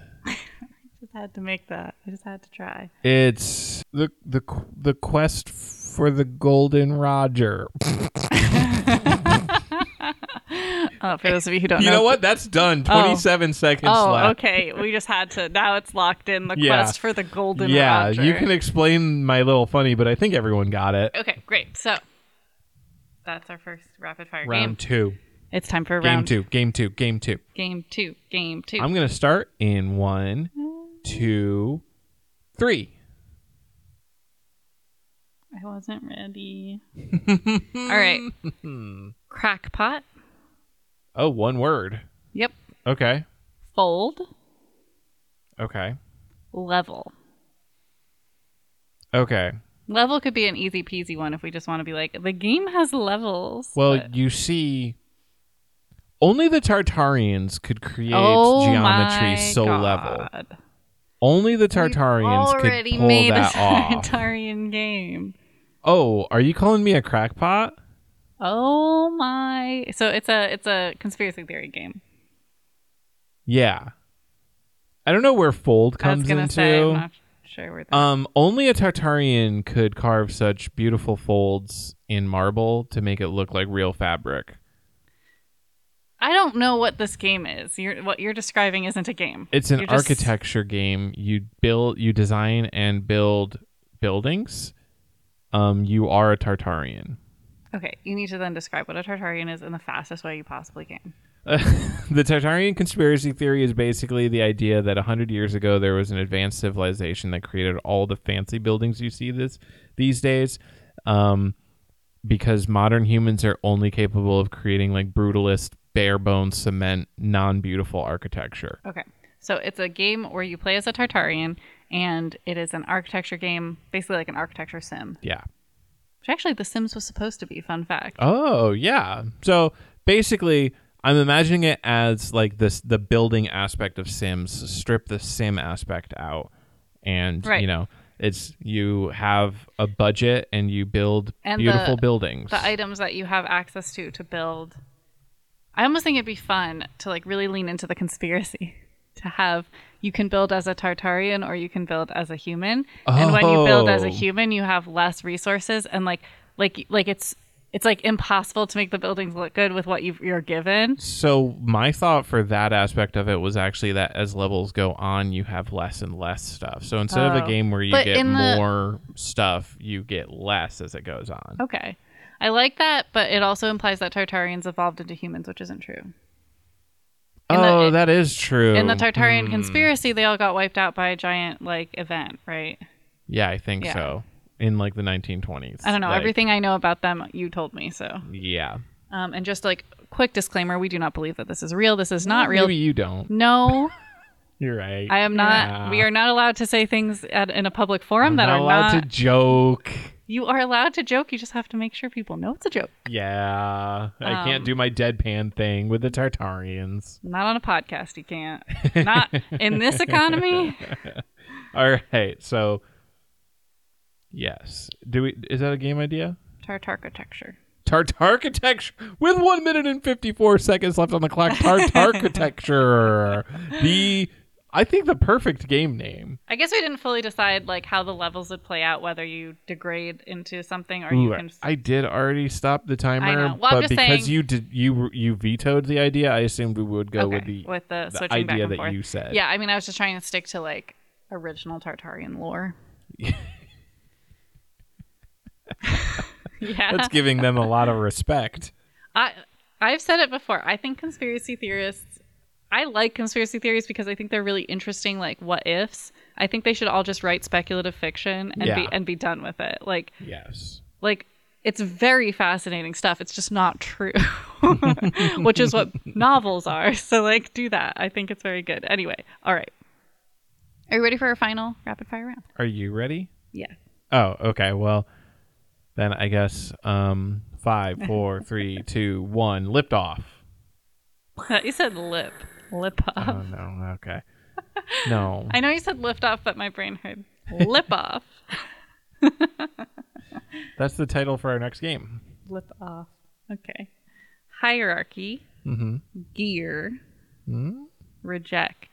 Speaker 2: Just had to make that. I just had to try.
Speaker 1: It's the the qu- the quest for the golden
Speaker 2: [laughs]
Speaker 1: Roger.
Speaker 2: Oh, for those of you who don't
Speaker 1: You
Speaker 2: know,
Speaker 1: know what? That's done. Twenty seven seconds
Speaker 2: Oh,
Speaker 1: left.
Speaker 2: okay. We just had to. Now it's locked in the
Speaker 1: Yeah.
Speaker 2: quest for the golden.
Speaker 1: Yeah,
Speaker 2: Roger.
Speaker 1: you can explain my little funny, but I think everyone got it.
Speaker 2: Okay, great. So that's our first rapid fire game.
Speaker 1: Round two,
Speaker 2: It's time for
Speaker 1: game
Speaker 2: round
Speaker 1: two, game two, game two.
Speaker 2: Game two. Game two.
Speaker 1: I'm gonna start in one, two, three.
Speaker 2: I wasn't ready. All right.
Speaker 1: [laughs]
Speaker 2: Crackpot.
Speaker 1: Oh, one word.
Speaker 2: Yep.
Speaker 1: Okay,
Speaker 2: Fold.
Speaker 1: okay,
Speaker 2: Level.
Speaker 1: okay.
Speaker 2: Level could be an easy peasy one if we just want to be like the game has levels.
Speaker 1: Well,
Speaker 2: but-
Speaker 1: you see, only the Tartarians could create
Speaker 2: oh
Speaker 1: geometry
Speaker 2: my
Speaker 1: so level.
Speaker 2: God.
Speaker 1: Only the
Speaker 2: We
Speaker 1: Tartarians could
Speaker 2: already
Speaker 1: pull
Speaker 2: made
Speaker 1: that
Speaker 2: [laughs] a
Speaker 1: off.
Speaker 2: Tartarian game.
Speaker 1: oh, are you calling me a crackpot?
Speaker 2: Oh my! So it's a it's a conspiracy theory game.
Speaker 1: Yeah. I don't know where fold
Speaker 2: I was
Speaker 1: comes
Speaker 2: gonna
Speaker 1: into.
Speaker 2: say, I'm not sure where that.
Speaker 1: Um, only a Tartarian could carve such beautiful folds in marble to make it look like real fabric.
Speaker 2: I don't know what this game is. You're, what you're describing isn't a game.
Speaker 1: It's an
Speaker 2: You're just-
Speaker 1: architecture game. You build, you design and build buildings. Um, you are a Tartarian. [laughs]
Speaker 2: Okay, you need to then describe what a Tartarian is in the fastest way you possibly can.
Speaker 1: the Tartarian conspiracy theory is basically the idea that 100 years ago there was an advanced civilization that created all the fancy buildings you see this these days um, because modern humans are only capable of creating like brutalist bare bones cement non-beautiful architecture
Speaker 2: Okay, so it's a game where you play as a Tartarian, and it is an architecture game, basically like an architecture sim.
Speaker 1: yeah
Speaker 2: Which actually, The Sims was supposed to be. Fun fact.
Speaker 1: oh yeah so basically i'm imagining it as like this the building aspect of sims strip the sim aspect out and
Speaker 2: Right.
Speaker 1: you know it's you have a budget and you build
Speaker 2: And the-
Speaker 1: beautiful buildings
Speaker 2: the items that you have access to to build. I almost think it'd be fun to like really lean into the conspiracy [laughs] to have you can build as a Tartarian or you can build as a human. And when you build as a
Speaker 1: Oh.
Speaker 2: human, you have less resources and like like like it's it's like impossible to make the buildings look good with what you you're given.
Speaker 1: so my thought for that aspect of it was actually that as levels go on you have less and less stuff so instead of
Speaker 2: Oh.
Speaker 1: a game where you
Speaker 2: But
Speaker 1: get
Speaker 2: in the-
Speaker 1: more stuff you get less as it goes on
Speaker 2: Okay. I like that, but it also implies that Tartarians evolved into humans, which isn't true. in the-
Speaker 1: oh that is true
Speaker 2: In the Tartarian
Speaker 1: Hmm.
Speaker 2: conspiracy, they all got wiped out by a giant like event, right?
Speaker 1: Yeah, I think
Speaker 2: Yeah.
Speaker 1: so. In like the 1920s.
Speaker 2: I don't know.
Speaker 1: Like,
Speaker 2: Everything I know about them, you told me. So,
Speaker 1: Yeah.
Speaker 2: um, and just like quick disclaimer, we do not believe that this is real. This is not real.
Speaker 1: Maybe you don't.
Speaker 2: No,
Speaker 1: You're right.
Speaker 2: I am not.
Speaker 1: Yeah.
Speaker 2: We are not allowed to say things at, in a public forum that
Speaker 1: not
Speaker 2: are
Speaker 1: allowed
Speaker 2: not.
Speaker 1: to joke.
Speaker 2: You are allowed to joke. You just have to make sure people know it's a joke.
Speaker 1: Yeah. I
Speaker 2: Um,
Speaker 1: can't do my deadpan thing with the Tartarians.
Speaker 2: Not on a podcast. You can't. Not in this
Speaker 1: [laughs]
Speaker 2: economy.
Speaker 1: All right. So Yes. Do we is that a game idea?
Speaker 2: Tart architecture.
Speaker 1: Tartarchitecture with one minute and fifty four seconds left on the
Speaker 2: [laughs]
Speaker 1: clock. Tartarchitecture. the I think the perfect game name.
Speaker 2: I guess we didn't fully decide like how the levels would play out, whether you degrade into something or you
Speaker 1: Ooh,
Speaker 2: can.
Speaker 1: I did already stop the timer,
Speaker 2: I know. Well, I'm
Speaker 1: but
Speaker 2: just
Speaker 1: because
Speaker 2: saying-
Speaker 1: you did you you vetoed the idea, I assumed we would go
Speaker 2: okay,
Speaker 1: with the,
Speaker 2: the,
Speaker 1: the
Speaker 2: switching back
Speaker 1: idea
Speaker 2: and
Speaker 1: that
Speaker 2: forth.
Speaker 1: you said.
Speaker 2: Yeah, I mean, I was just trying to stick to like original
Speaker 1: [laughs]
Speaker 2: Tartarian lore. [laughs]
Speaker 1: [laughs]
Speaker 2: yeah,
Speaker 1: That's giving them a lot of respect.
Speaker 2: I I've said it before. I think conspiracy theorists. I like conspiracy theories because I think they're really interesting. Like what ifs. I think they should all just write speculative fiction and be
Speaker 1: Yeah.
Speaker 2: and be done with it. Like
Speaker 1: Yes.
Speaker 2: like it's very fascinating stuff. It's just not true, [laughs] which is what novels are. So like do that. I think it's very good. Anyway, all right. Are you ready for our final rapid fire round?
Speaker 1: Are you ready?
Speaker 2: Yeah.
Speaker 1: Oh, okay. Well, then I guess um five, four,
Speaker 2: [laughs]
Speaker 1: three, two, one, lift off.
Speaker 2: you said Uh, lip. Lip up.
Speaker 1: Uh-huh. Oh no. Okay. No.
Speaker 2: [laughs] I know you said lift off, but my brain
Speaker 1: [laughs]
Speaker 2: heard lip off.
Speaker 1: That's the title for our next game.
Speaker 2: Lip off. Okay. Hierarchy,
Speaker 1: Mm-hmm.
Speaker 2: gear,
Speaker 1: hmm
Speaker 2: reject.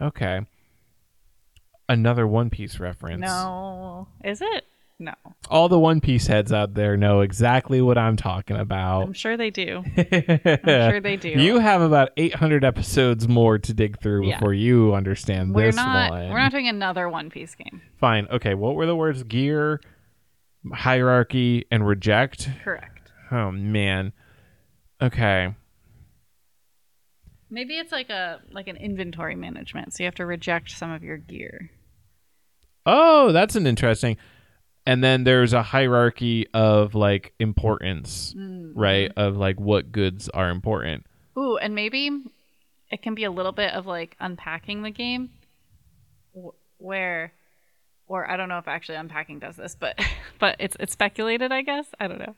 Speaker 1: Okay. Another One Piece reference.
Speaker 2: No. Is it? No.
Speaker 1: All the One Piece heads out there know exactly what I'm talking
Speaker 2: I'm
Speaker 1: about.
Speaker 2: sure they do. I'm
Speaker 1: [laughs] I'm
Speaker 2: sure they do.
Speaker 1: Oh. You have about 800 episodes more to dig through
Speaker 2: Yeah.
Speaker 1: before you understand
Speaker 2: we're
Speaker 1: this
Speaker 2: not
Speaker 1: one.
Speaker 2: we're not doing another One Piece game.
Speaker 1: Fine. Okay. What were the words gear, hierarchy, and reject?
Speaker 2: Correct.
Speaker 1: Oh, man. Okay.
Speaker 2: Maybe it's like a like an inventory management, so you have to reject some of your gear.
Speaker 1: Oh, that's an interesting. And then there's a hierarchy of like importance,
Speaker 2: Mm-hmm.
Speaker 1: right? Of like what goods are important.
Speaker 2: Ooh, and maybe it can be a little bit of like unpacking the game wh- where or I don't know if actually unpacking does this, but [laughs] but it's it's speculated, I guess. I don't know.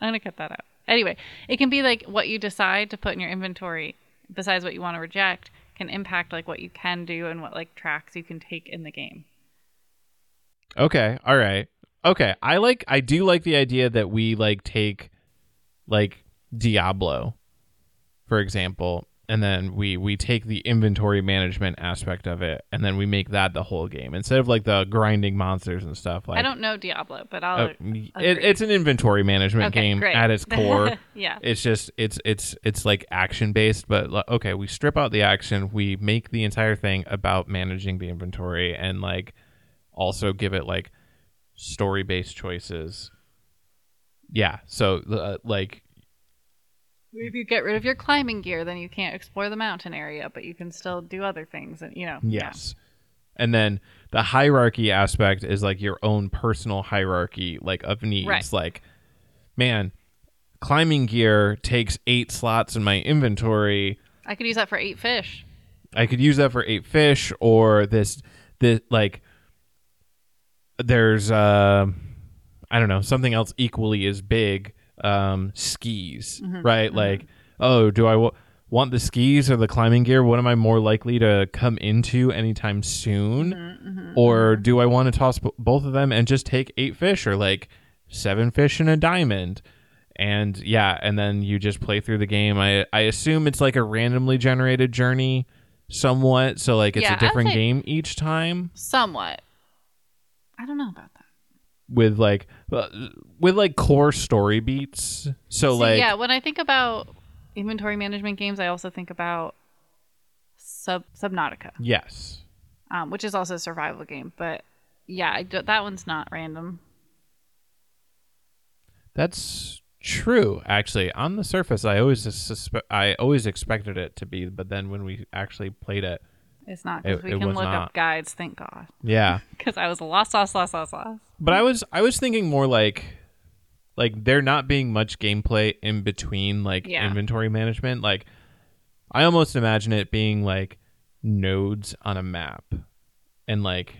Speaker 2: I'm going to cut that out. Anyway, it can be like what you decide to put in your inventory besides what you want to reject can impact like what you can do and what like tracks you can take in the game.
Speaker 1: Okay. All right. Okay. I like I do like the idea that we like take like Diablo, for example, and then we we take the inventory management aspect of it and then we make that the whole game instead of like the grinding monsters and stuff like
Speaker 2: I don't know Diablo, but
Speaker 1: uh,
Speaker 2: I'll
Speaker 1: it, it's an inventory management
Speaker 2: Okay,
Speaker 1: game
Speaker 2: great.
Speaker 1: at
Speaker 2: [laughs]
Speaker 1: its core.
Speaker 2: yeah.
Speaker 1: it's just it's it's it's like action based but like, okay we strip out the action we make the entire thing about managing the inventory and like also give it like story based choices yeah so uh, like
Speaker 2: If you get rid of your climbing gear, then you can't explore the mountain area, but you can still do other things and you know. yeah.
Speaker 1: yes and then the hierarchy aspect is like your own personal hierarchy like of needs
Speaker 2: Right.
Speaker 1: like man climbing gear takes 8 slots in my inventory
Speaker 2: I could use that for eight fish.
Speaker 1: I could use that for eight fish or this this like there's uh I don't know, something else equally as big um skis, right? Like oh, do I wa- want the skis or the climbing gear? What am I more likely to come into anytime soon?
Speaker 2: Mm-hmm.
Speaker 1: Or do I want to toss b- both of them and just take eight fish or like seven fish and a diamond? And yeah, and then you just play through the game. I I assume it's like a randomly generated journey somewhat, so like it's
Speaker 2: Yeah,
Speaker 1: a
Speaker 2: I'd
Speaker 1: different
Speaker 2: say-
Speaker 1: game each time
Speaker 2: Somewhat. I don't know about that.
Speaker 1: with like uh, with like core story beats. So
Speaker 2: See,
Speaker 1: like
Speaker 2: yeah, when I think about inventory management games, I also think about Sub Subnautica,
Speaker 1: yes.
Speaker 2: um, which is also a survival game. But yeah, I do, that one's not random.
Speaker 1: That's true. Actually, on the surface, I always suspe- I always expected it to be, but then when we actually played it,
Speaker 2: It's not because
Speaker 1: It-
Speaker 2: we
Speaker 1: it
Speaker 2: can
Speaker 1: was
Speaker 2: look
Speaker 1: not.
Speaker 2: up guides. Thank God,
Speaker 1: yeah.
Speaker 2: because I was lost, lost, lost, lost, lost.
Speaker 1: But I was I was thinking more like like there not being much gameplay in between like
Speaker 2: Yeah.
Speaker 1: inventory management. Like I almost imagine it being like nodes on a map, and like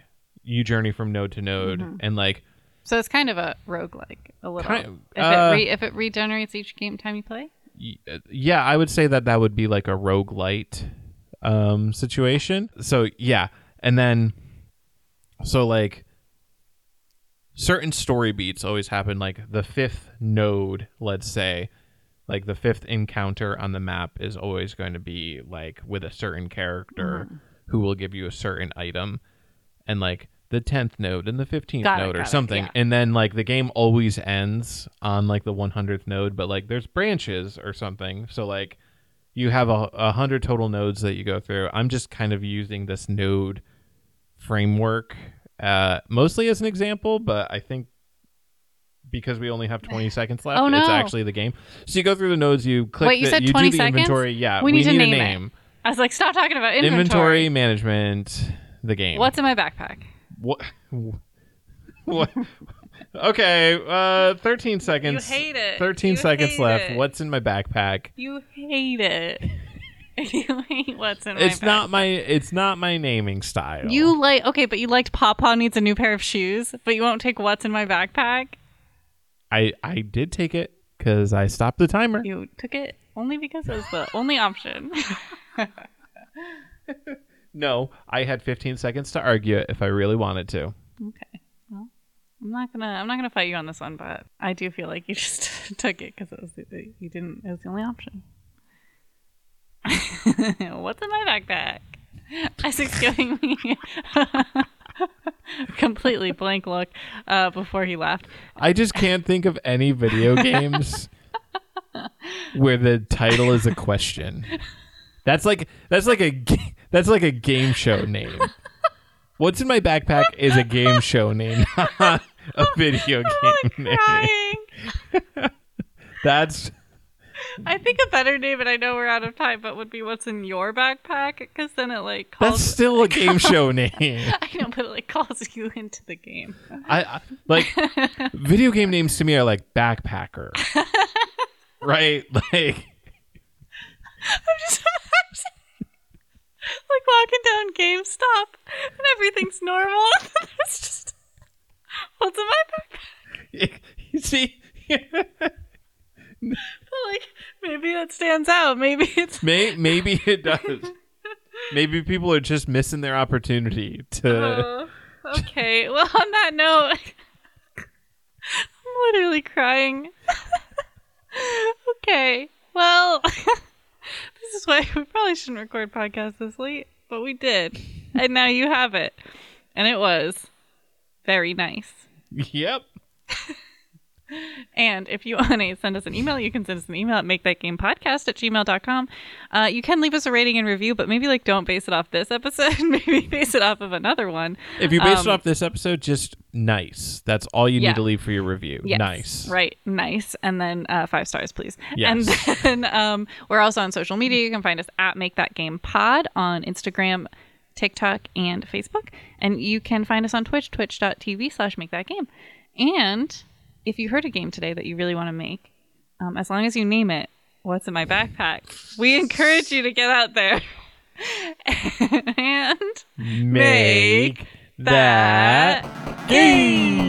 Speaker 1: you journey from node to node, and like
Speaker 2: So it's kind of a roguelike, a little.
Speaker 1: Kind-
Speaker 2: if,
Speaker 1: uh,
Speaker 2: it re- if it regenerates each game time you play,
Speaker 1: y- uh, yeah, I would say that that would be like a roguelite um, situation. So yeah, and then so like certain story beats always happen like the fifth node, let's say, like the fifth encounter on the map is always going to be like with a certain character who will give you a certain item and like the 10th node and the 15th
Speaker 2: Got it,
Speaker 1: node or
Speaker 2: got it,
Speaker 1: something
Speaker 2: yeah.
Speaker 1: and then like the game always ends on like the 100th node but like there's branches or something so like you have a, a hundred total nodes that you go through i'm just kind of using this node framework uh, mostly as an example but i think because we only
Speaker 2: [sighs]
Speaker 1: have 20 seconds left
Speaker 2: Oh, no.
Speaker 1: it's actually the game so you go through the nodes you click
Speaker 2: Wait, you
Speaker 1: the-
Speaker 2: said
Speaker 1: do
Speaker 2: 20
Speaker 1: the
Speaker 2: seconds?
Speaker 1: inventory yeah
Speaker 2: We need to
Speaker 1: a
Speaker 2: name it. I was like, stop talking about
Speaker 1: inventory.
Speaker 2: inventory.
Speaker 1: management the game
Speaker 2: What's in my backpack?
Speaker 1: what? [laughs] what? Okay, uh, thirteen seconds.
Speaker 2: hate it.
Speaker 1: Thirteen
Speaker 2: You
Speaker 1: seconds
Speaker 2: hate
Speaker 1: left.
Speaker 2: it.
Speaker 1: What's in my backpack?
Speaker 2: You hate it. [laughs] you hate what's in my
Speaker 1: it's not my. It's not my naming style.
Speaker 2: You like okay, but you liked Papa needs a new pair of shoes, but you won't take what's in my backpack.
Speaker 1: I. I did take it because I stopped the timer.
Speaker 2: [laughs] You took it only because it was the only option.
Speaker 1: No, I had 15 seconds to argue it if I really wanted to.
Speaker 2: Okay. Well, I'm not gonna I'm not gonna fight you on this one, but I do feel like you [laughs] just took it because it was the, you didn't it was the only option. [laughs] What's in my backpack? Isaac's giving me [laughs] a completely blank look uh, before he laughed.
Speaker 1: I just can't think of any video games where the title is a question. That's like that's like a ga- that's like a game show name. What's in my backpack is a game show name, not a video game
Speaker 2: I'm
Speaker 1: name.
Speaker 2: crying.
Speaker 1: That's
Speaker 2: I think a better name, and I know we're out of time, but would be what's in your backpack because then it like
Speaker 1: that's
Speaker 2: calls.
Speaker 1: still a
Speaker 2: [laughs]
Speaker 1: game show name.
Speaker 2: I know, but it like calls you into the game. [laughs]
Speaker 1: I, I like video game names to me are like
Speaker 2: [laughs]
Speaker 1: backpacker, right? Like [laughs]
Speaker 2: I'm just [laughs] imagining, like walking down GameStop and everything's normal. [laughs] And then it's just what's in my backpack?
Speaker 1: you see, [laughs]
Speaker 2: But, like maybe that stands out. Maybe it's
Speaker 1: may, maybe it does. Maybe people are just missing their opportunity to.
Speaker 2: Oh, okay. Well, on that note, I'm literally crying. [laughs] okay. Well, [laughs] this is why we probably shouldn't record podcasts this late, but we did. And now you have it. And it was very nice.
Speaker 1: Yep.
Speaker 2: And if you [laughs] want to send us an email, you can send us an email at makethatgamepodcast at gmail.com. Uh, you can leave us a rating and review, but maybe like don't base it off this episode. [laughs] maybe base it off of another one.
Speaker 1: If you base it
Speaker 2: Um,
Speaker 1: off this episode, just nice. That's all you
Speaker 2: Yeah.
Speaker 1: need to leave for your review.
Speaker 2: Yes,
Speaker 1: Nice.
Speaker 2: Right. Nice. And then uh, five stars, please.
Speaker 1: Yes.
Speaker 2: And then [laughs] um, we're also on social media. You can find us at Make That Game Pod on Instagram, TikTok, and Facebook. And you can find us on Twitch, twitch.tv slash Make That Game. And if you heard a game today that you really want to make, um, as long as you name it, What's in My Backpack, we encourage you to get out there [laughs] and
Speaker 1: Make
Speaker 2: that game.